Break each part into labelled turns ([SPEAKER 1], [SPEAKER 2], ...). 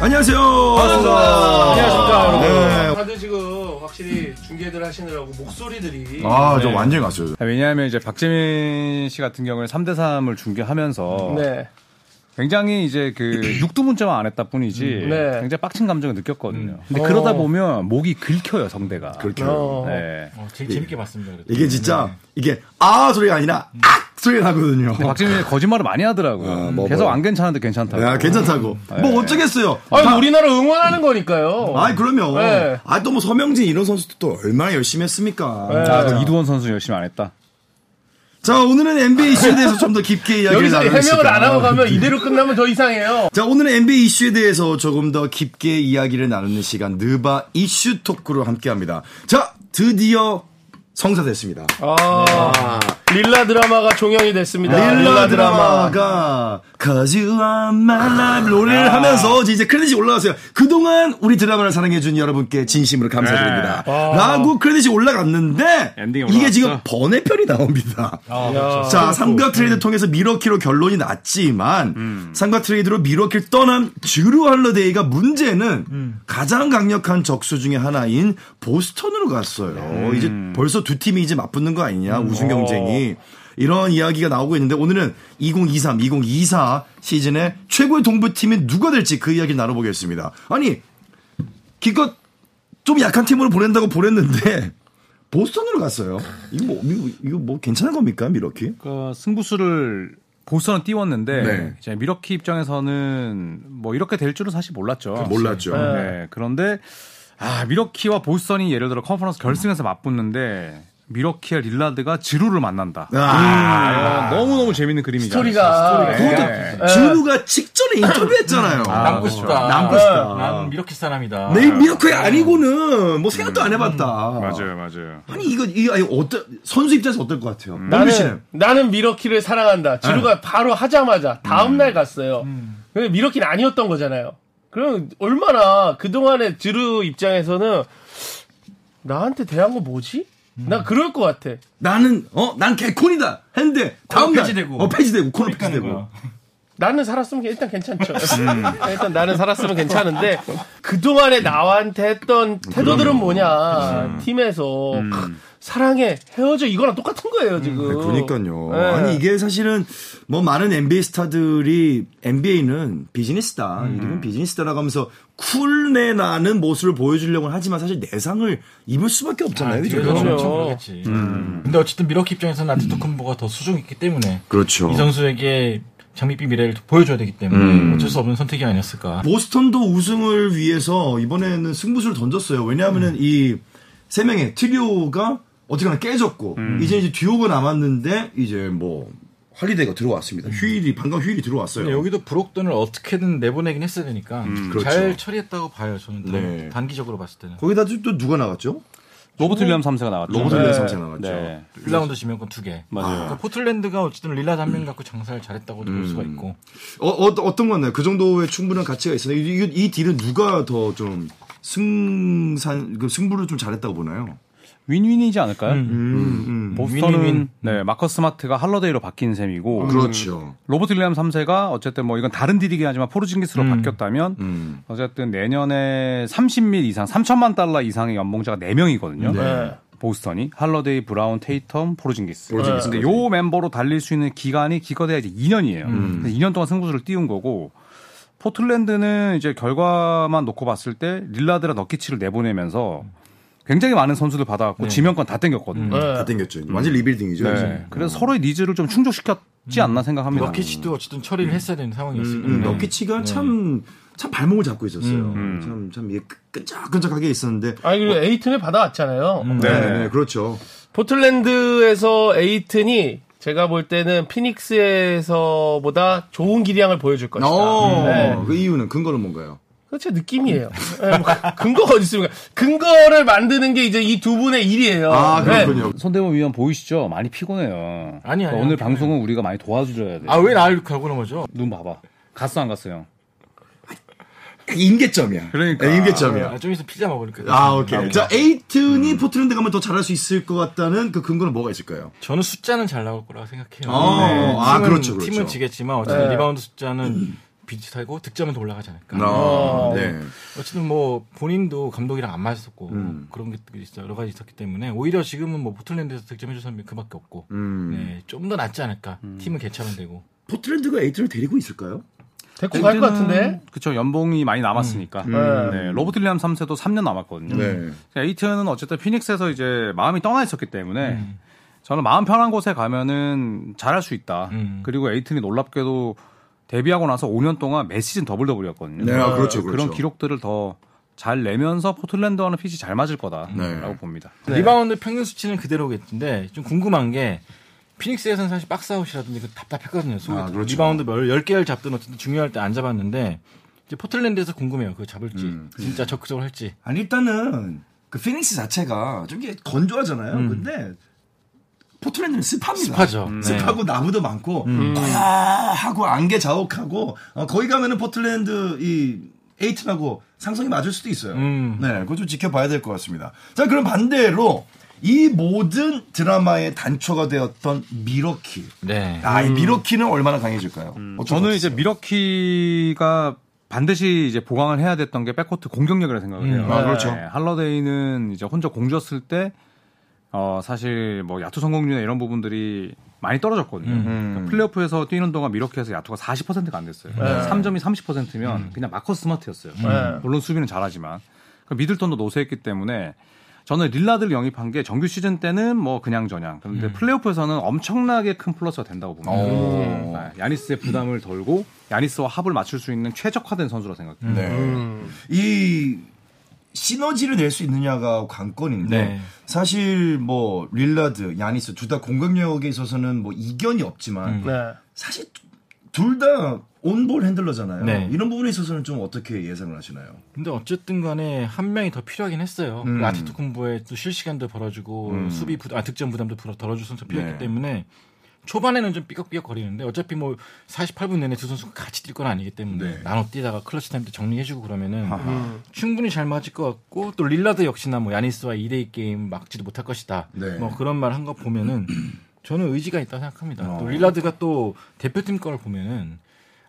[SPEAKER 1] 안녕하세요.
[SPEAKER 2] 안녕하십니까 여러분.
[SPEAKER 1] 네.
[SPEAKER 2] 다들 지금 확실히 중계들 하시느라고 목소리들이
[SPEAKER 1] 아, 저
[SPEAKER 3] 네.
[SPEAKER 1] 완전히 갔어요.
[SPEAKER 3] 왜냐하면 이제 박재민 씨 같은 경우에 3대3을 중계하면서
[SPEAKER 2] 네.
[SPEAKER 3] 굉장히 이제 그 육두문자만 안 했다 뿐이지
[SPEAKER 2] 네.
[SPEAKER 3] 굉장히 빡친 감정을 느꼈거든요. 근데
[SPEAKER 2] 어.
[SPEAKER 3] 그러다 보면 목이 긁혀요, 성대가.
[SPEAKER 1] 그렇게.
[SPEAKER 2] 어.
[SPEAKER 3] 네.
[SPEAKER 4] 어, 제일 재밌게 봤습니다. 그래도.
[SPEAKER 1] 이게 진짜,
[SPEAKER 2] 네.
[SPEAKER 1] 이게, 아, 소리가 아니라,
[SPEAKER 2] 음.
[SPEAKER 1] 악! 소리가 나거든요.
[SPEAKER 3] 박재민이 거짓말을 많이 하더라고요.
[SPEAKER 1] 아, 뭐,
[SPEAKER 3] 계속
[SPEAKER 1] 뭐요?
[SPEAKER 3] 안 괜찮은데 괜찮다고.
[SPEAKER 1] 야, 괜찮다고. 뭐, 어쩌겠어요.
[SPEAKER 2] 네. 아니 우리나라 응원하는 거니까요.
[SPEAKER 1] 아이, 그러면.
[SPEAKER 2] 네.
[SPEAKER 1] 아, 또 뭐, 서명진 이런 선수도 또 얼마나 열심히 했습니까.
[SPEAKER 2] 네.
[SPEAKER 3] 아, 그럼 이두원 선수 열심히 안 했다.
[SPEAKER 1] 자, 오늘은 NBA 이슈에 대해서 좀 더 깊게 이야기를
[SPEAKER 2] 여기서 해명을
[SPEAKER 1] 나누겠습니다.
[SPEAKER 2] 안 하고 가면 이대로 끝나면 더 이상해요.
[SPEAKER 1] 자, 오늘은 NBA 이슈에 대해서 조금 더 깊게 이야기를 나누는 시간, 느바 이슈 토크로 함께 합니다. 자, 드디어 성사됐습니다.
[SPEAKER 2] 아, 릴라 드라마가 종영이 됐습니다.
[SPEAKER 1] 릴라 드라마가 Cause you are my love 노래를 하면서 이제 크레딧이 올라왔어요. 그동안 우리 드라마를 사랑해준 여러분께 진심으로 감사드립니다. 라고 크레딧이 올라갔는데
[SPEAKER 3] 엔딩이
[SPEAKER 1] 이게
[SPEAKER 3] 올라왔죠?
[SPEAKER 1] 지금 번외편이 나옵니다.
[SPEAKER 4] 아, 그렇죠.
[SPEAKER 1] 자, 삼각 트레이드 통해서 미러키로 결론이 났지만
[SPEAKER 4] 음.
[SPEAKER 1] 삼각 트레이드로 미러키를 떠난 주루 할러데이가 문제는
[SPEAKER 4] 음.
[SPEAKER 1] 가장 강력한 적수 중에 하나인 보스턴으로 갔어요.
[SPEAKER 4] 음.
[SPEAKER 1] 이제 벌써 두 팀이 이제 맞붙는 거 아니냐 우승 경쟁이.
[SPEAKER 4] 어.
[SPEAKER 1] 이런 이야기가 나오고 있는데 오늘은 2023, 2024 시즌에 최고의 동부팀이 누가 될지 그 이야기를 나눠보겠습니다. 아니, 기껏 좀 약한 팀으로 보낸다고 보냈는데 보스턴으로 갔어요. 이거 뭐 이거, 이거 뭐 괜찮은 겁니까 미러키?
[SPEAKER 3] 그 승부수를 보스는 띄웠는데
[SPEAKER 1] 네.
[SPEAKER 3] 이제 미러키 입장에서는 뭐 이렇게 될 줄은 사실 몰랐죠.
[SPEAKER 1] 몰랐죠.
[SPEAKER 3] 네. 그런데 아 미러키와 보스턴이 예를 들어 컨퍼런스 결승에서 맞붙는데 미러키와 릴라드가 지루를 만난다.
[SPEAKER 1] 아,
[SPEAKER 3] 너무 너무 재밌는 그림이죠. 네.
[SPEAKER 2] 스토리가
[SPEAKER 1] 그것도 준우가 직전에 네. 인터뷰했잖아요. 아.
[SPEAKER 4] 남고 싶다.
[SPEAKER 1] 남고 싶다.
[SPEAKER 4] 난 그렇죠. 네. 이렇게 사람이다.
[SPEAKER 1] 내 미러키 아니고는 뭐 생각도 안 해봤다.
[SPEAKER 3] 맞아요, 맞아요.
[SPEAKER 1] 아니 이거 이 아니 어때 선수 입장에서 어떨 것 같아요? 남규
[SPEAKER 2] 나는
[SPEAKER 1] 씨는 네.
[SPEAKER 2] 나는 미러키를 사랑한다. 지루가 바로 하자마자 다음 날 갔어요. 근데 미러키는 아니었던 거잖아요. 그럼 얼마나 그 동안에 지루 입장에서는 나한테 대한 거 뭐지? 나
[SPEAKER 1] 음.
[SPEAKER 2] 그럴 것 같아.
[SPEAKER 1] 나는 어난 개콘이다 했는데 다음 날
[SPEAKER 4] 폐지되고.
[SPEAKER 1] 어 폐지되고 코너
[SPEAKER 4] 하는
[SPEAKER 1] 폐지되고
[SPEAKER 4] 거야.
[SPEAKER 2] 나는 살았으면 일단 괜찮죠.
[SPEAKER 1] 음.
[SPEAKER 2] 네, 일단 나는 살았으면 괜찮은데 그 동안에 나한테 했던 태도들은 뭐냐
[SPEAKER 1] 음.
[SPEAKER 2] 팀에서 크, 사랑해 헤어져 이거랑 똑같은 거예요 지금.
[SPEAKER 1] 음, 그러니까요.
[SPEAKER 2] 네.
[SPEAKER 1] 어. 아니 이게 사실은 뭐 많은 NBA 스타들이 NBA는 비즈니스다. 이름은 비즈니스다라고 하면서 쿨내 나는 모습을 보여주려고 하지만 사실 내상을 입을 수밖에 없잖아요. 네, 그렇죠. 그죠? 음.
[SPEAKER 4] 뒤에서
[SPEAKER 2] 그럼요.
[SPEAKER 4] 엄청 네, 그렇죠. 그러겠지. 근데 어쨌든 미러키 입장에서는 아테토쿤보가 더 수중 있기 때문에
[SPEAKER 1] 그렇죠.
[SPEAKER 4] 이 선수에게 장밋빛 미래를 보여줘야 되기 때문에
[SPEAKER 1] 음.
[SPEAKER 4] 어쩔 수 없는 선택이 아니었을까.
[SPEAKER 1] 보스턴도 우승을 위해서 이번에는 승부수를 던졌어요. 왜냐하면은 이 세 명의 트리오가 어쨌거나 깨졌고 이제 이제 듀오가 남았는데 이제 뭐 음. 할리데이가 들어왔습니다. 네, 휴일이 방금 휴일이 들어왔어요.
[SPEAKER 4] 근데 네, 여기도 브록돈을 어떻게든 내보내긴 했어야 되니까
[SPEAKER 1] 그렇죠.
[SPEAKER 4] 잘 처리했다고 봐요. 저는
[SPEAKER 1] 네.
[SPEAKER 4] 단, 단기적으로 봤을 때는.
[SPEAKER 1] 거기다 또 누가 나갔죠?
[SPEAKER 3] 로버트 윌리엄 3세가 나왔죠.
[SPEAKER 1] 로버트
[SPEAKER 3] 네.
[SPEAKER 1] 윌리엄 선수 나갔죠.
[SPEAKER 3] 네.
[SPEAKER 4] 1라운드 그 지명권 2개. 그러니까
[SPEAKER 3] 맞아요.
[SPEAKER 4] 포틀랜드가 어쨌든 릴라드 한명 갖고 장사를 잘했다고도
[SPEAKER 1] 음.
[SPEAKER 4] 볼 수가 있고.
[SPEAKER 1] 어, 어, 어떤 건가요? 그 정도의 충분한 가치가 있어요. 이, 이, 이 딜은 누가 더 좀 승산, 그 승부를 좀 잘했다고 보나요?
[SPEAKER 3] 윈윈이지 않을까요?
[SPEAKER 1] 음,
[SPEAKER 3] 보스턴은
[SPEAKER 4] 윈윈윈.
[SPEAKER 3] 네, 마커스 마트가 할러데이로 바뀐 셈이고
[SPEAKER 1] 그렇죠.
[SPEAKER 3] 로버트 윌리엄 3세가 어쨌든 뭐 이건 다른 딜이긴 하지만 포르징기스로 바뀌었다면
[SPEAKER 1] 음.
[SPEAKER 3] 어쨌든 내년에 30밀 이상 3천만 달러 이상의 연봉자가 4명이거든요.
[SPEAKER 2] 네.
[SPEAKER 3] 보스턴이 할러데이, 브라운, 테이텀, 포르징기스.
[SPEAKER 1] 포르징기스.
[SPEAKER 3] 근데 요 멤버로 달릴 수 있는 기간이 기껏해야 이제 2년이에요. 2년 동안 승부수를 띄운 거고 포틀랜드는 이제 결과만 놓고 봤을 때 릴라드랑 너키치를 내보내면서 굉장히 많은 선수들 받아갖고 지명권 다 땡겼거든요.
[SPEAKER 2] 네.
[SPEAKER 1] 다 땡겼죠. 음. 완전 리빌딩이죠.
[SPEAKER 3] 네.
[SPEAKER 1] 이제.
[SPEAKER 3] 그래서 서로의 니즈를 좀 충족시켰지 않나 생각합니다.
[SPEAKER 4] 너키치도 어쨌든 처리를 했어야 되는 상황이었으니까.
[SPEAKER 1] 음, 너키치가 참, 참 발목을 잡고 있었어요. 참, 참, 이게 끈- 끈적끈적하게 있었는데.
[SPEAKER 2] 아니 그리고 에이튼을 받아왔잖아요.
[SPEAKER 4] 음.
[SPEAKER 1] 네, 네, 네, 그렇죠.
[SPEAKER 2] 포틀랜드에서 에이튼이 제가 볼 때는 피닉스에서보다 좋은 기량을 보여줄 것이다.
[SPEAKER 1] 어,
[SPEAKER 2] 네.
[SPEAKER 1] 그 이유는 근거는 뭔가요?
[SPEAKER 2] 그제 느낌이에요. 네, 뭐 근거가 어디 있습니까? 근거를 만드는 게 이제 이 두 분의 일이에요.
[SPEAKER 1] 아,
[SPEAKER 2] 네.
[SPEAKER 1] 그렇군요.
[SPEAKER 3] 손대범 위원 보이시죠? 많이 피곤해요.
[SPEAKER 4] 아니, 아니,
[SPEAKER 3] 오늘
[SPEAKER 4] 아니.
[SPEAKER 3] 방송은 우리가 많이 도와드려야 돼.
[SPEAKER 4] 아, 왜 나를 가고 넘어져?
[SPEAKER 3] 눈 봐봐. 갔어 안 갔어요?
[SPEAKER 1] 임계점이야.
[SPEAKER 3] 그러니까.
[SPEAKER 1] 네,
[SPEAKER 4] 아,
[SPEAKER 1] 임계점이야.
[SPEAKER 4] 좀 있으면 피자 먹으니까.
[SPEAKER 1] 아, 음. 오케이. 자, 에이튼이 포트랜드 가면 더 잘할 수 있을 것 같다는 그 근거는 뭐가 있을까요?
[SPEAKER 4] 저는 숫자는 잘 나올 거라고 생각해요. 네.
[SPEAKER 1] 어, 아,
[SPEAKER 4] 팀은-
[SPEAKER 1] 그렇죠, 그렇죠.
[SPEAKER 4] 팀은 지겠지만 어쨌든
[SPEAKER 2] 네.
[SPEAKER 4] 리바운드 숫자는 비슷하고 득점은 더 올라가지 않을까.
[SPEAKER 1] 아, 네.
[SPEAKER 4] 어쨌든 뭐 본인도 감독이랑 안 맞았었고
[SPEAKER 1] 음.
[SPEAKER 4] 그런 것들이 진짜 여러 가지 있었기 때문에 오히려 지금은 뭐 포틀랜드에서 득점해줄 사람이 그밖에 없고
[SPEAKER 1] 음.
[SPEAKER 4] 네, 좀 더 낫지 않을까. 팀은 개차면 되고.
[SPEAKER 1] 포틀랜드가 에이튼을 데리고 있을까요?
[SPEAKER 2] 데리고 갈 것 같은데?
[SPEAKER 3] 그쵸 연봉이 많이 남았으니까.
[SPEAKER 1] 음.
[SPEAKER 3] 네, 로버트 윌리엄 3세도 3년 남았거든요.
[SPEAKER 1] 네.
[SPEAKER 3] 에이튼은 어쨌든 피닉스에서 이제 마음이 떠나 있었기 때문에
[SPEAKER 1] 음.
[SPEAKER 3] 저는 마음 편한 곳에 가면은 잘할 수 있다.
[SPEAKER 4] 음.
[SPEAKER 3] 그리고 에이튼이 놀랍게도 데뷔하고 나서 5년 동안 매 시즌 더블 더블이었거든요.
[SPEAKER 1] 네, 아, 그렇죠, 그렇죠.
[SPEAKER 3] 런 기록들을 더 잘 내면서 포틀랜드와는 핏이 잘 맞을 거다라고
[SPEAKER 1] 네.
[SPEAKER 3] 봅니다.
[SPEAKER 4] 리바운드 평균 수치는 그대로겠는데 좀 궁금한 게 피닉스에서는 사실 박스아웃이라든지 그 답답했거든요. 소-
[SPEAKER 1] 아, 그렇죠.
[SPEAKER 4] 리바운드 열, 10개를 잡든 어쨌든 중요할 때 안 잡았는데 이제 포틀랜드에서 궁금해요. 그거 잡을지
[SPEAKER 1] 음, 그러니까.
[SPEAKER 4] 진짜 적극적으로 할지.
[SPEAKER 1] 아니 일단은 그 피닉스 자체가 좀 이게 건조하잖아요. 근데 포틀랜드는 습합니다. 음.
[SPEAKER 4] 습하죠. 네.
[SPEAKER 1] 습하고 나무도 많고 고야하고 안개 자욱하고 어, 거기 가면은 포틀랜드 이 에이튼하고 상성이 맞을 수도 있어요.
[SPEAKER 4] 음.
[SPEAKER 1] 네, 그거 좀 지켜봐야 될 것 같습니다. 자, 그럼 반대로 이 모든 드라마의 단초가 되었던 미러키.
[SPEAKER 4] 네.
[SPEAKER 1] 아, 이 미러키는 얼마나 강해질까요? 어떤
[SPEAKER 4] 음.
[SPEAKER 1] 것
[SPEAKER 3] 저는
[SPEAKER 1] 같으세요?
[SPEAKER 3] 이제 미러키가 반드시 이제 보강을 해야 됐던 게 백코트 공격력이라 생각을 해요. 네,
[SPEAKER 4] 음,
[SPEAKER 1] 아, 그렇죠.
[SPEAKER 3] 할러데이는 이제 혼자 공주였을 때 어, 사실 뭐 야투 성공률이나 이런 부분들이 많이 떨어졌거든요. 그러니까 플레이오프에서 뛰는 동안 미러키에서 야투가 40%가 안 됐어요. 3점이 30%면 그냥 마커스 스마트였어요.
[SPEAKER 2] 네.
[SPEAKER 3] 물론 수비는 잘하지만 그 미들턴도 노쇠했기 때문에 저는 릴라드를 영입한 게 정규 시즌 때는 뭐 그냥 저냥 그런데 플레이오프에서는 엄청나게 큰 플러스가 된다고 봅니다. 네, 야니스의 부담을 덜고 야니스와 합을 맞출 수 있는 최적화된 선수라 생각해요.
[SPEAKER 1] 네.
[SPEAKER 4] 음.
[SPEAKER 1] 이 시너지를 낼 수 있느냐가 관건인데
[SPEAKER 4] 네.
[SPEAKER 1] 사실 뭐 릴라드, 야니스 둘 다 공격력에 있어서는 뭐 이견이 없지만
[SPEAKER 4] 음.
[SPEAKER 2] 네.
[SPEAKER 1] 사실 둘 다 온볼 핸들러잖아요.
[SPEAKER 4] 네.
[SPEAKER 1] 이런 부분에 있어서는 좀 어떻게 예상을 하시나요?
[SPEAKER 4] 근데 어쨌든 간에 한 명이 더 필요하긴 했어요.
[SPEAKER 1] 음.
[SPEAKER 4] 아티투콤보에또 실시간도 벌어주고 수비 부담, 아, 득점 부담도 불어- 덜어줄 선수 필요했기
[SPEAKER 1] 네.
[SPEAKER 4] 때문에 초반에는 좀 삐걱삐걱 거리는데 어차피 뭐 48분 내내 두 선수가 같이 뛸 건 아니기 때문에
[SPEAKER 1] 네.
[SPEAKER 4] 나눠 뛰다가 클러치 타임 때 정리해주고 그러면은 충분히 잘 맞을 것 같고 또 릴라드 역시나 뭐 야니스와 2대2 게임 막지도 못할 것이다.
[SPEAKER 1] 네.
[SPEAKER 4] 뭐 그런 말 한 거 보면은 저는 의지가 있다 고 생각합니다.
[SPEAKER 1] 어.
[SPEAKER 4] 또 릴라드가 또 대표팀 걸 보면은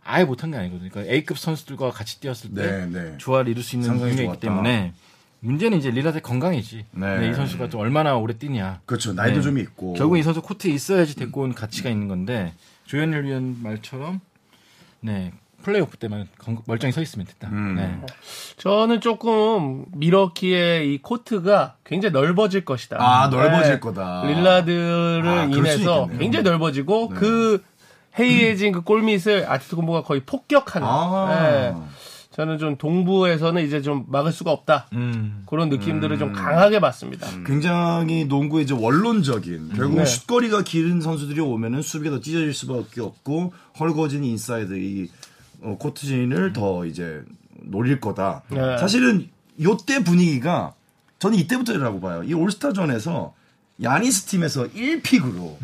[SPEAKER 4] 아예 못한 게 아니거든요. 그러니까 A급 선수들과 같이 뛰었을 때
[SPEAKER 1] 네.
[SPEAKER 4] 조화를 이룰 수 있는
[SPEAKER 1] 상당히
[SPEAKER 4] 능력이기
[SPEAKER 1] 좋았다.
[SPEAKER 4] 때문에 문제는 이제 릴라드 건강이지.
[SPEAKER 1] 네.
[SPEAKER 4] 네, 이 선수가 또 얼마나 오래 뛰냐.
[SPEAKER 1] 그렇죠. 나이도
[SPEAKER 4] 네.
[SPEAKER 1] 좀 있고.
[SPEAKER 4] 결국 이 선수 코트에 있어야지 데리고 온 가치가 있는 건데 조현일 위원 말처럼 네 플레이오프 때만 건- 멀쩡히 서 있으면 됐다.
[SPEAKER 1] 음.
[SPEAKER 4] 네.
[SPEAKER 2] 저는 조금 미러키의 이 코트가 굉장히 넓어질 것이다.
[SPEAKER 1] 아, 넓어질
[SPEAKER 2] 네.
[SPEAKER 1] 거다.
[SPEAKER 2] 릴라드를
[SPEAKER 1] 아, 그럴 수
[SPEAKER 2] 인해서
[SPEAKER 1] 있겠네요.
[SPEAKER 2] 굉장히 넓어지고 그 헤이해진 그 골밑을 아티스콤보가 거의 폭격하는.
[SPEAKER 1] 아.
[SPEAKER 2] 네. 저는 좀 동부에서는 이제 좀 막을 수가 없다.
[SPEAKER 4] 음.
[SPEAKER 2] 그런 느낌들을 좀 강하게 봤습니다.
[SPEAKER 1] 음. 굉장히 농구의 이제 원론적인 결국
[SPEAKER 2] 네.
[SPEAKER 1] 은 슛거리가 긴 선수들이 오면은 수비가 더 찢어질 수밖에 없고 헐거진 인사이드 이 어, 코트진을 더 이제 노릴 거다.
[SPEAKER 2] 네.
[SPEAKER 1] 사실은 요때 분위기가 저는 이때부터라고 봐요. 이 올스타전에서 야니스 팀에서 1픽으로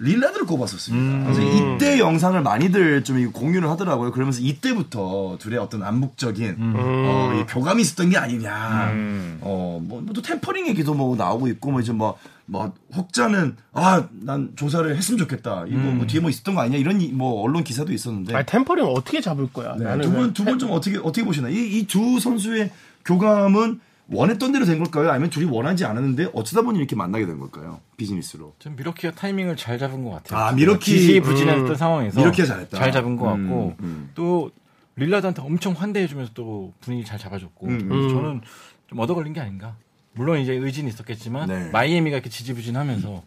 [SPEAKER 1] 릴라드를 꼽았었습니다.
[SPEAKER 2] 음.
[SPEAKER 1] 그래서 이때 영상을 많이들 좀 이 공유를 하더라고요. 그러면서 이때부터 둘의 어떤 남북적인
[SPEAKER 2] 음.
[SPEAKER 1] 어, 이 교감이 있었던 게 아니냐. 어뭐또 템퍼링 얘기도 뭐 나오고 있고 뭐 이제 뭐뭐 혹자는 아 난 조사를 했으면 좋겠다. 이거 뭐 뒤에 뭐 있었던 거 아니냐 이런 이- 뭐 언론 기사도 있었는데.
[SPEAKER 2] 음. 네. 아니, 템퍼링 어떻게 잡을 거야? 나는
[SPEAKER 1] 네, 두
[SPEAKER 2] 왜-
[SPEAKER 1] 분 두 분 좀 어떻게 어떻게 보시나? 이이 두 선수의 교감은 원했던 대로 된 걸까요? 아니면 둘이 원하지 않았는데 어쩌다 보니 이렇게 만나게 된 걸까요? 비즈니스로.
[SPEAKER 4] 좀 미러키가 타이밍을 잘 잡은 것 같아요.
[SPEAKER 1] 아, 미러키.
[SPEAKER 4] 지지부진했던 상황에서
[SPEAKER 1] 미러키가 잘했다.
[SPEAKER 4] 잘 잡은 것
[SPEAKER 1] 음,
[SPEAKER 4] 같고
[SPEAKER 1] 음.
[SPEAKER 4] 또 릴라드한테 엄청 환대해주면서 또 분위기 잘 잡아줬고
[SPEAKER 1] 음,
[SPEAKER 4] 그래서 저는 좀 얻어걸린 게 아닌가. 물론 이제 의지는 있었겠지만
[SPEAKER 1] 네. 음,
[SPEAKER 4] 마이애미가 이렇게 지지부진하면서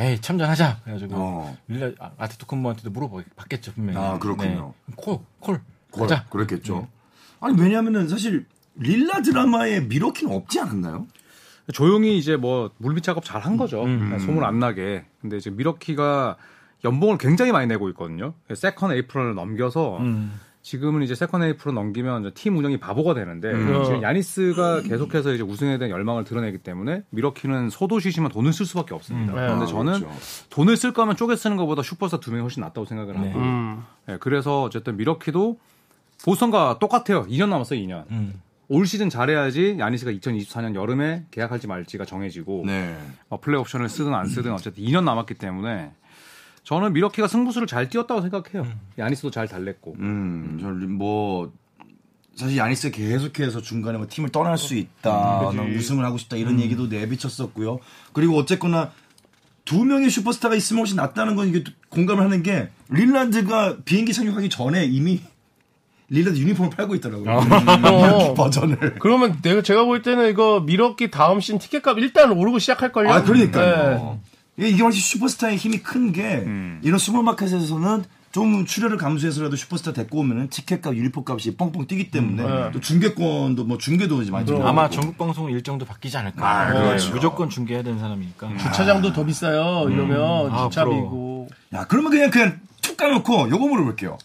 [SPEAKER 4] 에이 참전하자 그래가지고
[SPEAKER 1] 어.
[SPEAKER 4] 릴라 아, 아테토쿤보한테도 물어봤겠죠 분명히. 네.
[SPEAKER 1] 아, 그렇군요.
[SPEAKER 4] 콜콜
[SPEAKER 1] 그걸-
[SPEAKER 4] 가자.
[SPEAKER 1] 그랬겠죠. 아니 왜냐하면은 사실 릴라 드라마에 미러키는 없지 않았나요?
[SPEAKER 3] 조용히 이제 뭐 물밑 작업 잘 한 거죠.
[SPEAKER 1] 음,
[SPEAKER 3] 그냥 소문 안 나게. 근데 이제 미러키가 연봉을 굉장히 많이 내고 있거든요. 세컨 에이프런을 넘겨서
[SPEAKER 1] 음.
[SPEAKER 3] 지금은 이제 세컨 에이프런 넘기면 이제 팀 운영이 바보가 되는데
[SPEAKER 1] 음.
[SPEAKER 3] 지금 야니스가 계속해서 이제 우승에 대한 열망을 드러내기 때문에 미러키는 소도시지만 돈을 쓸 수밖에 없습니다.
[SPEAKER 2] 네.
[SPEAKER 3] 그런데
[SPEAKER 1] 아,
[SPEAKER 3] 저는
[SPEAKER 1] 그렇죠.
[SPEAKER 3] 돈을 쓸 거면 쪼개 쓰는 것보다 슈퍼스타 두 명이 훨씬 낫다고 생각을
[SPEAKER 1] 네.
[SPEAKER 3] 하고
[SPEAKER 2] 음.
[SPEAKER 3] 예, 그래서 어쨌든 미러키도 보스턴과 똑같아요. 2년 남았어요, 2년.
[SPEAKER 4] 음.
[SPEAKER 3] 올 시즌 잘해야지 야니스가 2024년 여름에 계약할지 말지가 정해지고
[SPEAKER 1] 네.
[SPEAKER 3] 어, 플레이 옵션을 쓰든 안 쓰든 어쨌든 2년 남았기 때문에 저는 미러키가 승부수를 잘 띄웠다고 생각해요. 야니스도 잘 달랬고.
[SPEAKER 1] 음, 저는 뭐 사실 야니스 계속해서 중간에 뭐 팀을 떠날 수 있다, 난 우승을 하고 싶다 이런 얘기도 내비쳤었고요. 그리고 어쨌거나 두 명의 슈퍼스타가 있으면 훨씬 낫다는 건 이게 또 공감을 하는 게 릴란드가 비행기 착륙하기 전에 이미 릴란드 유니폼을 팔고 있더라고요. 음, 버전을.
[SPEAKER 2] 그러면 내가 제가 볼 때는 이거 미러키 다음 시즌 티켓값 일단 오르고 시작할걸요?
[SPEAKER 1] 아, 그러니까요.
[SPEAKER 2] 네.
[SPEAKER 1] 이게 이게 훨씬 슈퍼스타의 힘이 큰 게
[SPEAKER 4] 음.
[SPEAKER 1] 이런 스몰마켓에서는 좀 출혈을 감수해서라도 슈퍼스타 데리고 오면은 티켓값, 유니폼 값이 뻥뻥 뛰기 때문에
[SPEAKER 4] 음, 네.
[SPEAKER 1] 또 중계권도 뭐 중계도 이제 많이 좀
[SPEAKER 4] 아마
[SPEAKER 1] 나오고.
[SPEAKER 4] 전국 방송 일정도 바뀌지 않을까.
[SPEAKER 1] 아,
[SPEAKER 4] 네,
[SPEAKER 1] 그렇죠. 음.
[SPEAKER 4] 무조건 중계해야 되는 사람이니까.
[SPEAKER 2] 주차장도 더 비싸요. 이러면
[SPEAKER 4] 아,
[SPEAKER 2] 주차비고.
[SPEAKER 1] 야 그러면 그냥 그냥 툭 까놓고 요거 물어볼게요.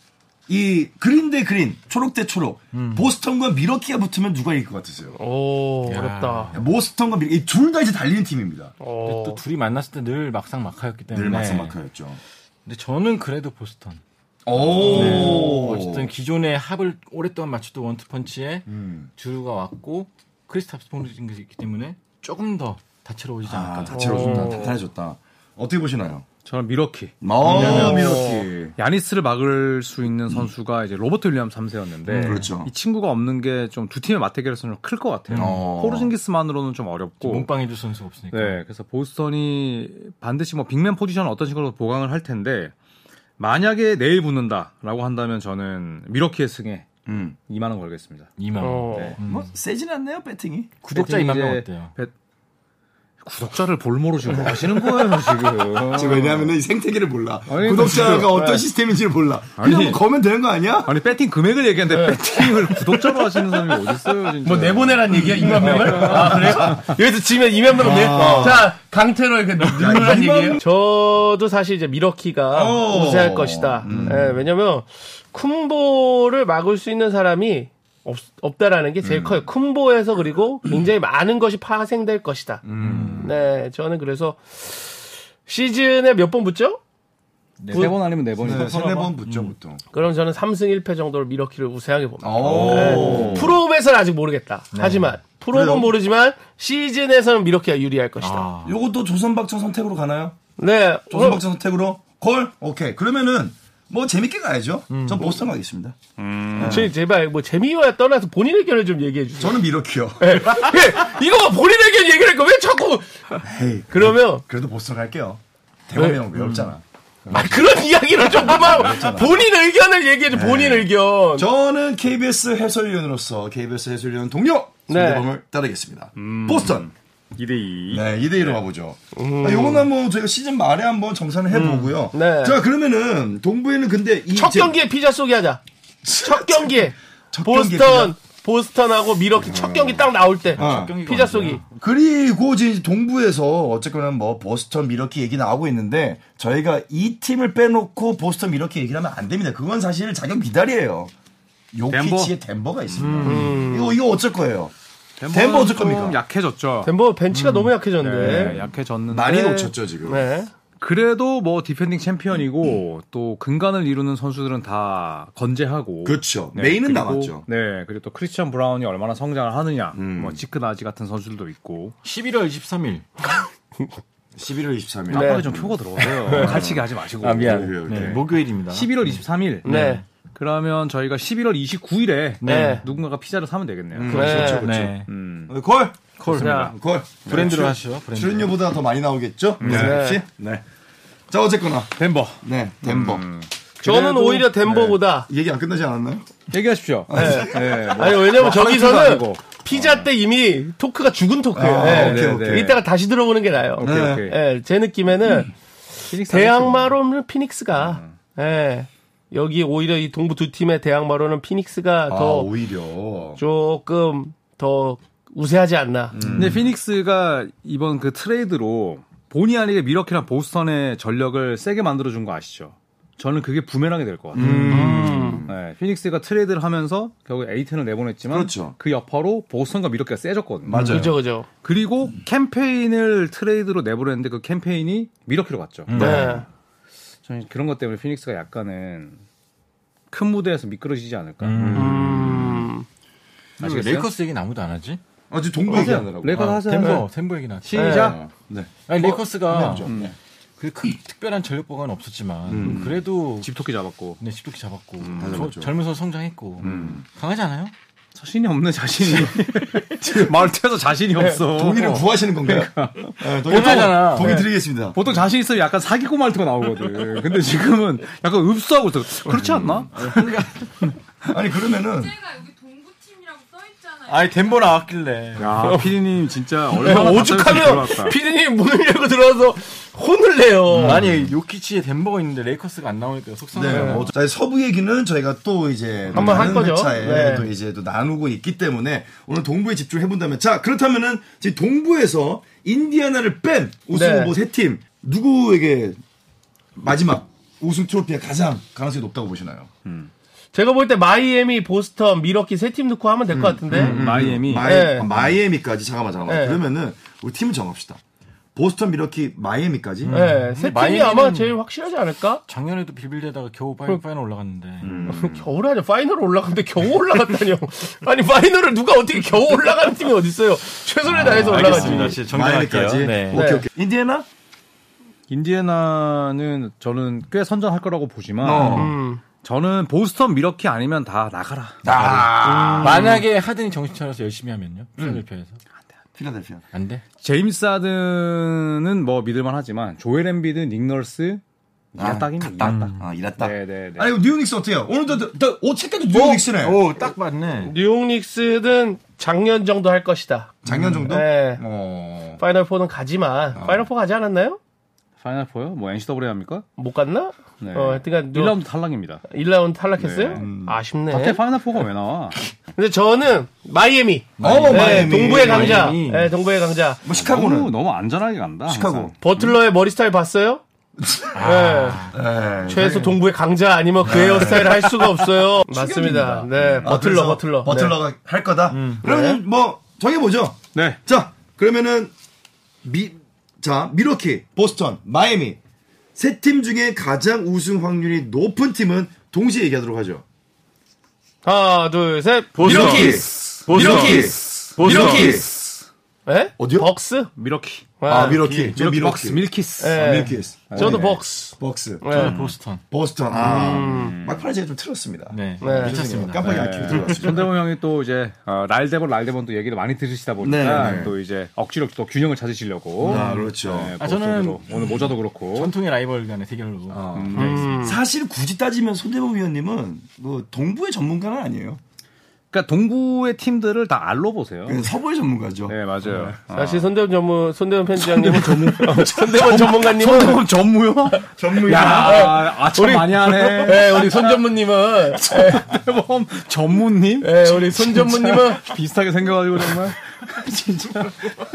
[SPEAKER 1] 이 그린 대 그린, 초록 대 초록,
[SPEAKER 4] 음.
[SPEAKER 1] 보스턴과 미러키가 붙으면 누가 이길 것 같으세요?
[SPEAKER 2] 오
[SPEAKER 4] 야.
[SPEAKER 2] 어렵다.
[SPEAKER 1] 보스턴과 미러키 둘 다 이제 달리는 팀입니다.
[SPEAKER 2] 어.
[SPEAKER 4] 근데 또 둘이 만났을 때 늘 막상 막하였기 때문에.
[SPEAKER 1] 늘 막상막하였죠.
[SPEAKER 4] 근데 저는 그래도 보스턴.
[SPEAKER 1] 오,
[SPEAKER 4] 어쨌든 기존의 합을 오랫동안 맞추던 원투펀치에
[SPEAKER 1] 음.
[SPEAKER 4] 주루가 왔고 크리스탑스 폰드가 있기 때문에 조금 더 다채로워지지 않을까.
[SPEAKER 1] 아, 다채로워졌다, 단단해졌다. 어떻게 보시나요?
[SPEAKER 3] 저는 미러키.
[SPEAKER 1] 아, 미러키.
[SPEAKER 3] 야니스를 막을 수 있는 선수가 이제 로버트 윌리엄 3세였는데
[SPEAKER 1] 그렇죠.
[SPEAKER 3] 이 친구가 없는 게 좀 두 팀의 맞대결에서는 클 것 같아요.
[SPEAKER 1] 어.
[SPEAKER 3] 호르징기스만으로는 좀 어렵고
[SPEAKER 4] 몸빵 해줄 선수가 없으니까.
[SPEAKER 3] 네, 그래서 보스턴이 반드시 뭐 빅맨 포지션을 어떤 식으로 보강을 할 텐데 만약에 내일 붙는다라고 한다면 저는 미러키의 승에
[SPEAKER 1] 음.
[SPEAKER 3] 2만 원 걸겠습니다.
[SPEAKER 4] 2만
[SPEAKER 2] 어.
[SPEAKER 4] 원.
[SPEAKER 1] 뭐 세진 않네요 배팅이.
[SPEAKER 4] 구독자
[SPEAKER 3] 배팅
[SPEAKER 4] 2만 명
[SPEAKER 3] 이제
[SPEAKER 4] 어때요?
[SPEAKER 3] 배- 구독자를 볼모로 지금 뭐 하시는 거예요 지금.
[SPEAKER 1] 지금 왜냐하면 이 생태계를 몰라.
[SPEAKER 3] 아니,
[SPEAKER 1] 구독자가
[SPEAKER 3] 진짜.
[SPEAKER 1] 어떤 시스템인지를 몰라. 그냥
[SPEAKER 3] 아니.
[SPEAKER 1] 뭐 거면 되는 거 아니야?
[SPEAKER 3] 아니 배팅 금액을 얘기하는데 배팅을 구독자로 하시는 사람이 어디 있어요 진짜.
[SPEAKER 2] 뭐 내보내란 얘기야 2만 명을? 아 그래요? 여기서 지면 2만 명을 내. 어. 자 강태로의 그 눈물란 얘기예요. 아. 저도 사실 이제 미러키가
[SPEAKER 1] 오.
[SPEAKER 2] 우세할 것이다. 예, 왜냐면 쿤보를 막을 수 있는 사람이 없, 없다라는 게 제일 커요. 쿤보에서 그리고 굉장히 많은 것이 파생될 것이다. 네, 저는 그래서 시즌에 몇 번 붙죠?
[SPEAKER 3] 네, 세번 아니면 네 번이죠.
[SPEAKER 1] 세네 음. 번 붙죠 보통.
[SPEAKER 2] 그럼 저는 3승 1패 정도로 미러키를 우세하게 봅니다.
[SPEAKER 1] 어. 오.
[SPEAKER 2] 프로업에서는 아직 모르겠다. 하지만
[SPEAKER 1] 네.
[SPEAKER 2] 프로업은
[SPEAKER 1] 그래요?
[SPEAKER 2] 모르지만 시즌에서는 미러키가 유리할 것이다.
[SPEAKER 4] 아.
[SPEAKER 1] 요것도 조선박천 선택으로 가나요?
[SPEAKER 2] 네. 그럼
[SPEAKER 1] 조선박천 선택으로 콜. 오케이. 그러면은 뭐 재밌게 가야죠. 전 보스턴 가겠습니다. 네.
[SPEAKER 2] 제, 제발 뭐 재미와 떠나서 본인 의견을 좀 얘기해 주세요.
[SPEAKER 1] 저는 미러키요.
[SPEAKER 2] 예, 예, 이거 봐, 본인 의견 얘기를 할까? 왜 자꾸
[SPEAKER 1] 에이, 네.
[SPEAKER 2] 그러면
[SPEAKER 1] 그래도 보스턴 갈게요. 대만이
[SPEAKER 2] 네.
[SPEAKER 1] 형 외롭잖아.
[SPEAKER 2] 아, 그런 이야기를 좀 그만 본인 의견을 얘기해 줘. 본인 의견.
[SPEAKER 1] 네, 저는 KBS 해설위원으로서 KBS 해설위원 동료
[SPEAKER 2] 네.
[SPEAKER 1] 손대범을 따르겠습니다. 보스턴.
[SPEAKER 3] 2대 2.
[SPEAKER 1] 네, 2대1로 가보죠. 아, 요거는 뭐 저희가 시즌 말에 한번 정산을 해보고요.
[SPEAKER 2] 음. 네.
[SPEAKER 1] 자, 그러면은 동부에는 근데 이
[SPEAKER 2] 첫
[SPEAKER 1] 이제-
[SPEAKER 2] 경기에 피자 쏘기 하자. 첫 경기에
[SPEAKER 1] 첫 경기에 음.
[SPEAKER 2] 보스턴 보스턴하고 미러키 첫 경기 딱 나올 때
[SPEAKER 1] 어.
[SPEAKER 2] 피자 쏘기.
[SPEAKER 1] 그리고 이제 동부에서 어쨌거나 뭐 보스턴 미러키 얘기 나오고 있는데 저희가 이 팀을 빼놓고 보스턴 미러키 얘기를 하면 안 됩니다. 그건 사실 자격 미달이에요. 요키치의 덴버가 있습니다.
[SPEAKER 2] 음.
[SPEAKER 1] 이거 이거 어쩔 거예요? 덴버 어쩔 겁니까?
[SPEAKER 3] 약해졌죠.
[SPEAKER 2] 덴버 네, 뭐 벤치가
[SPEAKER 1] 음.
[SPEAKER 2] 너무 약해졌는데.
[SPEAKER 3] 네, 약해졌는데
[SPEAKER 1] 많이 놓쳤죠 지금.
[SPEAKER 2] 네.
[SPEAKER 3] 그래도 뭐 디펜딩 챔피언이고 또 근간을 이루는 선수들은 다 건재하고
[SPEAKER 1] 그렇죠. 메인은
[SPEAKER 3] 그리고-
[SPEAKER 1] 남았죠. 음.
[SPEAKER 3] 네 그리고 또 크리스천 브라운이 얼마나 성장을 하느냐 뭐 지크 나지 같은 선수들도 있고
[SPEAKER 4] 11월 23일
[SPEAKER 1] 11월 23일.
[SPEAKER 2] 네.
[SPEAKER 3] 빨리 좀 표고 들어오세요. 갈치기 하지 마시고.
[SPEAKER 2] 아, 미안.
[SPEAKER 4] 네, 목요일입니다.
[SPEAKER 3] 11월 23일.
[SPEAKER 2] 네.
[SPEAKER 3] 그러면 저희가 11월 29일에
[SPEAKER 2] 네. 음,
[SPEAKER 3] 누군가가 피자를 사면 되겠네요.
[SPEAKER 1] 그렇죠, 그렇죠.
[SPEAKER 4] 네.
[SPEAKER 3] 음.
[SPEAKER 1] 골.
[SPEAKER 2] 콜. 자,
[SPEAKER 1] 골.
[SPEAKER 4] 브랜드로
[SPEAKER 1] 네,
[SPEAKER 4] 하시죠. 브랜드.
[SPEAKER 1] 출연료보다 더 많이 나오겠죠? 네. 네. 네. 자 어쨌거나
[SPEAKER 3] 덴버.
[SPEAKER 1] 네 덴버
[SPEAKER 2] 저는
[SPEAKER 3] 그래도-
[SPEAKER 2] 오히려 덴버보다
[SPEAKER 1] 얘기 안 끝나지 않았나요?
[SPEAKER 3] 하십시오. 네. 뭐
[SPEAKER 2] 아니 왜냐면
[SPEAKER 3] 하이틴도
[SPEAKER 2] 저기서는
[SPEAKER 3] 아니고.
[SPEAKER 2] 피자 때 이미 토크가 죽은 토크예요.
[SPEAKER 1] 아,
[SPEAKER 2] 예.
[SPEAKER 1] 오케이,
[SPEAKER 3] 네,
[SPEAKER 1] 오케이.
[SPEAKER 3] 네.
[SPEAKER 2] 이따가 다시 들어보는 게 나아요.
[SPEAKER 3] 오케이,
[SPEAKER 1] 네.
[SPEAKER 3] 오케이.
[SPEAKER 2] 예, 제 느낌에는
[SPEAKER 3] 피닉스 하겠죠.
[SPEAKER 2] 대항마로는 피닉스가 예, 여기 오히려 이 동부 두 팀의 대항마로는 피닉스가
[SPEAKER 1] 아
[SPEAKER 2] 더
[SPEAKER 1] 오히려
[SPEAKER 2] 조금 더 우세하지 않나.
[SPEAKER 3] 음. 근데 피닉스가 이번 그 트레이드로 본의 아니게 미러키랑 보스턴의 전력을 세게 만들어준 거 아시죠? 저는 그게 부메랑이 될 것 같아요.
[SPEAKER 2] 음.
[SPEAKER 3] 네, 피닉스가 트레이드를 하면서 결국 에이튼을 내보냈지만
[SPEAKER 1] 그렇죠.
[SPEAKER 3] 그 여파로 보스턴과 미러키가 세졌거든요.
[SPEAKER 1] 맞아요.
[SPEAKER 2] 그죠 그죠.
[SPEAKER 3] 그리고 캠페인을 트레이드로 내보냈는데 그 캠페인이 미러키로 갔죠.
[SPEAKER 4] 음.
[SPEAKER 2] 네.
[SPEAKER 3] 저는 그런 것 때문에 피닉스가 약간은 큰 무대에서 미끄러지지 않을까. 음.
[SPEAKER 2] 음.
[SPEAKER 4] 그리고
[SPEAKER 3] 아시겠어요?
[SPEAKER 4] 레이커스 얘기는 아무도 안 하지?
[SPEAKER 1] 아 지금 동부 얘기하느라고.
[SPEAKER 3] 레이커스
[SPEAKER 4] 아,
[SPEAKER 3] 하세요.
[SPEAKER 4] 덴버, 덴버 얘기는 하지.
[SPEAKER 3] 시작.
[SPEAKER 1] 네.
[SPEAKER 4] 아니 레이커스가
[SPEAKER 1] 네.
[SPEAKER 4] 그 큰 특별한 전력보강은 없었지만 그래도
[SPEAKER 3] 집토끼 잡았고
[SPEAKER 4] 네, 집도끼 잡았고
[SPEAKER 1] 잘
[SPEAKER 4] 저-
[SPEAKER 1] 잡았죠.
[SPEAKER 4] 젊어서 성장했고 강하지 않아요?
[SPEAKER 3] 자신이 없는 자신이 말투에서 자신이
[SPEAKER 4] 네,
[SPEAKER 3] 없어.
[SPEAKER 1] 동의를 구하시는 건가요? 네, 동의, 동의
[SPEAKER 4] 못하잖아. 그러니까. 네.
[SPEAKER 1] 드리겠습니다.
[SPEAKER 3] 보통 자신 있으면 약간 사기꾼 말투가 나오거든. 근데 지금은 약간 읍수하고 있어. 그렇지 않나?
[SPEAKER 4] 음.
[SPEAKER 1] 아니 그러면은
[SPEAKER 5] 제가 여기 동부팀이라고 써 있잖아요.
[SPEAKER 4] 아니 덴버 나왔길래
[SPEAKER 3] 야, 피디님 진짜 얼마나
[SPEAKER 2] 오죽하면 피디님 문을 열고 들어와서 혼을 내요.
[SPEAKER 4] 아니 요키치에 덴버가 있는데 레이커스가 안
[SPEAKER 3] 음.
[SPEAKER 4] 나오니까
[SPEAKER 1] 네.
[SPEAKER 4] 속상해요.
[SPEAKER 1] 뭐, 자, 서부 얘기는 저희가 또 이제
[SPEAKER 2] 한번 할
[SPEAKER 1] 다른
[SPEAKER 2] 거죠.
[SPEAKER 1] 회차에
[SPEAKER 2] 네.
[SPEAKER 1] 또 이제 또 나누고 있기 때문에 오늘 동부에 집중해 본다면 자 그렇다면은 지금 동부에서 인디아나를 뺀 우승
[SPEAKER 2] 네.
[SPEAKER 1] 후보 세팀 누구에게 마지막 우승 트로피의 가장 가능성이 높다고 보시나요?
[SPEAKER 2] 제가 볼 때 마이애미, 보스턴, 미러키 세 팀 넣고 하면 될 것 같은데.
[SPEAKER 3] 음, 마이애미.
[SPEAKER 1] 마이,
[SPEAKER 2] 네.
[SPEAKER 1] 아, 마이애미까지 잠깐만 잠깐만
[SPEAKER 2] 네.
[SPEAKER 1] 그러면은 우리 팀을 정합시다. 보스턴 미러키 마이애미까지
[SPEAKER 2] 네, 세 팀이
[SPEAKER 4] 마이애미는-
[SPEAKER 2] 아마 제일 확실하지 않을까?
[SPEAKER 4] 작년에도 비빌대다가 겨우 파이- 파이널 올라갔는데 음.
[SPEAKER 2] 겨울 하냐 파이널 올라갔는데 겨우 올라갔다니요. 아니 파이널을 누가 어떻게 겨우 올라가는 팀이 어딨어요? 최선을 다해서 올라가지.
[SPEAKER 4] 진짜
[SPEAKER 1] 마이애미까지
[SPEAKER 4] 네.
[SPEAKER 1] 오케이
[SPEAKER 2] 네.
[SPEAKER 1] 오케이 인디애나
[SPEAKER 3] 인디애나는 저는 꽤 선전할 거라고 보지만
[SPEAKER 1] 어.
[SPEAKER 2] 음.
[SPEAKER 3] 저는 보스턴 미러키 아니면 다 나가라.
[SPEAKER 1] 아.
[SPEAKER 2] 음.
[SPEAKER 4] 만약에 하든이 정신 차려서 열심히 하면요. 필라델피아에서
[SPEAKER 1] 필라델피아
[SPEAKER 4] 안 돼.
[SPEAKER 3] 제임스 하든은 뭐 믿을만 하지만 조엘 엠비드, 닉널스 이가 딱입니다. 이가
[SPEAKER 2] 음.
[SPEAKER 3] 딱.
[SPEAKER 1] 아 이랬다.
[SPEAKER 3] 네네네.
[SPEAKER 1] 아니 뉴닉스 어때요? 오늘도 나 어쨌든 뉴닉스네.
[SPEAKER 4] 오딱 맞네.
[SPEAKER 2] 뉴욕닉스는 작년 정도 할 것이다.
[SPEAKER 1] 작년 정도?
[SPEAKER 2] 네.
[SPEAKER 1] 어.
[SPEAKER 2] 파이널 4는 가지만 파이널 4 가지 않았나요?
[SPEAKER 3] 파이널 포요? 뭐 NCAA 합니까?
[SPEAKER 2] 못 갔나?
[SPEAKER 3] 네.
[SPEAKER 2] 어, 하여튼간
[SPEAKER 3] 1라운드 탈락입니다.
[SPEAKER 2] 1라운드 탈락했어요?
[SPEAKER 3] 네.
[SPEAKER 2] 아쉽네.
[SPEAKER 3] 갑자기 파이널 포가 왜 나와?
[SPEAKER 2] 근데 저는 마이애미.
[SPEAKER 1] 어,
[SPEAKER 2] 네,
[SPEAKER 1] 마이애미.
[SPEAKER 2] 동부의 강자.
[SPEAKER 4] 마이애미.
[SPEAKER 2] 네, 동부의 강자.
[SPEAKER 1] 뭐 시카고는
[SPEAKER 3] 너무, 너무 안전하게 간다.
[SPEAKER 1] 시카고.
[SPEAKER 3] 항상.
[SPEAKER 2] 버틀러의 머리 스타일 봤어요? 네.
[SPEAKER 1] 에
[SPEAKER 2] 최소 동부의 강자 아니면 그 헤어스타일 할 수가 없어요. 맞습니다. 네, 버틀러, 버틀러.
[SPEAKER 1] 버틀러가 할 거다. 그러면 뭐 정해 보죠.
[SPEAKER 3] 네.
[SPEAKER 1] 자 그러면은 미 자 미러키, 보스턴, 마이애미 세 팀 중에 가장 우승 확률이 높은 팀은 동시에 얘기하도록 하죠.
[SPEAKER 2] 네. 하나, 둘, 셋.
[SPEAKER 1] 미러키, 미러키, 미러키.
[SPEAKER 2] 예?
[SPEAKER 1] 어디요?
[SPEAKER 2] 벅스?
[SPEAKER 3] 미러키.
[SPEAKER 1] 아
[SPEAKER 2] 네.
[SPEAKER 1] 미러키, 저
[SPEAKER 3] 벅스,
[SPEAKER 1] 미러키,
[SPEAKER 3] 밀키스.
[SPEAKER 2] 예.
[SPEAKER 1] 아, 밀키스,
[SPEAKER 2] 저도
[SPEAKER 1] 네.
[SPEAKER 2] 벅스.
[SPEAKER 1] 벅스,
[SPEAKER 4] 저는 보스턴.
[SPEAKER 1] 보스턴. 아, 막판에 제가 좀 틀었습니다.
[SPEAKER 4] 네.
[SPEAKER 2] 네.
[SPEAKER 4] 미쳤습니다.
[SPEAKER 1] 깜빡이 안 켜고 들어갔습니다.
[SPEAKER 3] 손대범 형이 또 이제 어, 날대본 날대본 또 얘기를 많이 들으시다 보니까
[SPEAKER 1] 네, 네.
[SPEAKER 3] 또 이제 억지로 또 균형을 찾으시려고.
[SPEAKER 1] 아 그렇죠.
[SPEAKER 3] 아,
[SPEAKER 4] 저는-
[SPEAKER 3] 저는 오늘 모자도 그렇고.
[SPEAKER 4] 전통의 라이벌 간의 대결로.
[SPEAKER 1] 음. 사실 굳이 따지면 손대범 위원님은 그 동부의 전문가는 아니에요.
[SPEAKER 3] 그러니까 동구의 팀들을 다 알로 보세요.
[SPEAKER 1] 그 서부의 전문가죠.
[SPEAKER 3] 어. 네 맞아요.
[SPEAKER 2] 사실 손대원 전문, 손대원 편집장님은 전문, 손대원 전문가님은.
[SPEAKER 3] 그럼 어, 전무요?
[SPEAKER 1] 전문가.
[SPEAKER 3] 야, 아, 아참
[SPEAKER 2] 우리-
[SPEAKER 3] 많이 하네.
[SPEAKER 2] 예, 우리 손 전문님은.
[SPEAKER 3] 대범 전무님?
[SPEAKER 2] 예, 우리 손 전문님은
[SPEAKER 3] 비슷하게 생겨가지고 정말 진짜.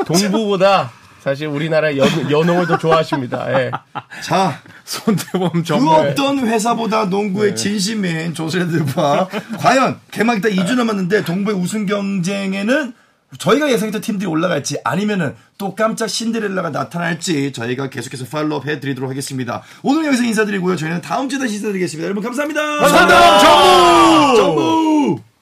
[SPEAKER 2] 동부보다 사실 우리나라의 연, 연홍을 더 좋아하십니다. 예.
[SPEAKER 1] 자,
[SPEAKER 3] 손대범
[SPEAKER 1] 그
[SPEAKER 3] 전무.
[SPEAKER 1] 어떤 회사보다 농구의 진심인 조세들과 과연 개막이 딱 2주 남았는데 동부의 우승 경쟁에는 저희가 예상했던 팀들이 올라갈지 아니면은 또 깜짝 신데렐라가 나타날지 저희가 계속해서 팔로업 해드리도록 하겠습니다. 오늘 여기서 인사드리고요. 저희는 다음 주에 다시 인사드리겠습니다. 여러분 감사합니다. 감사합니다. 정부! 정부!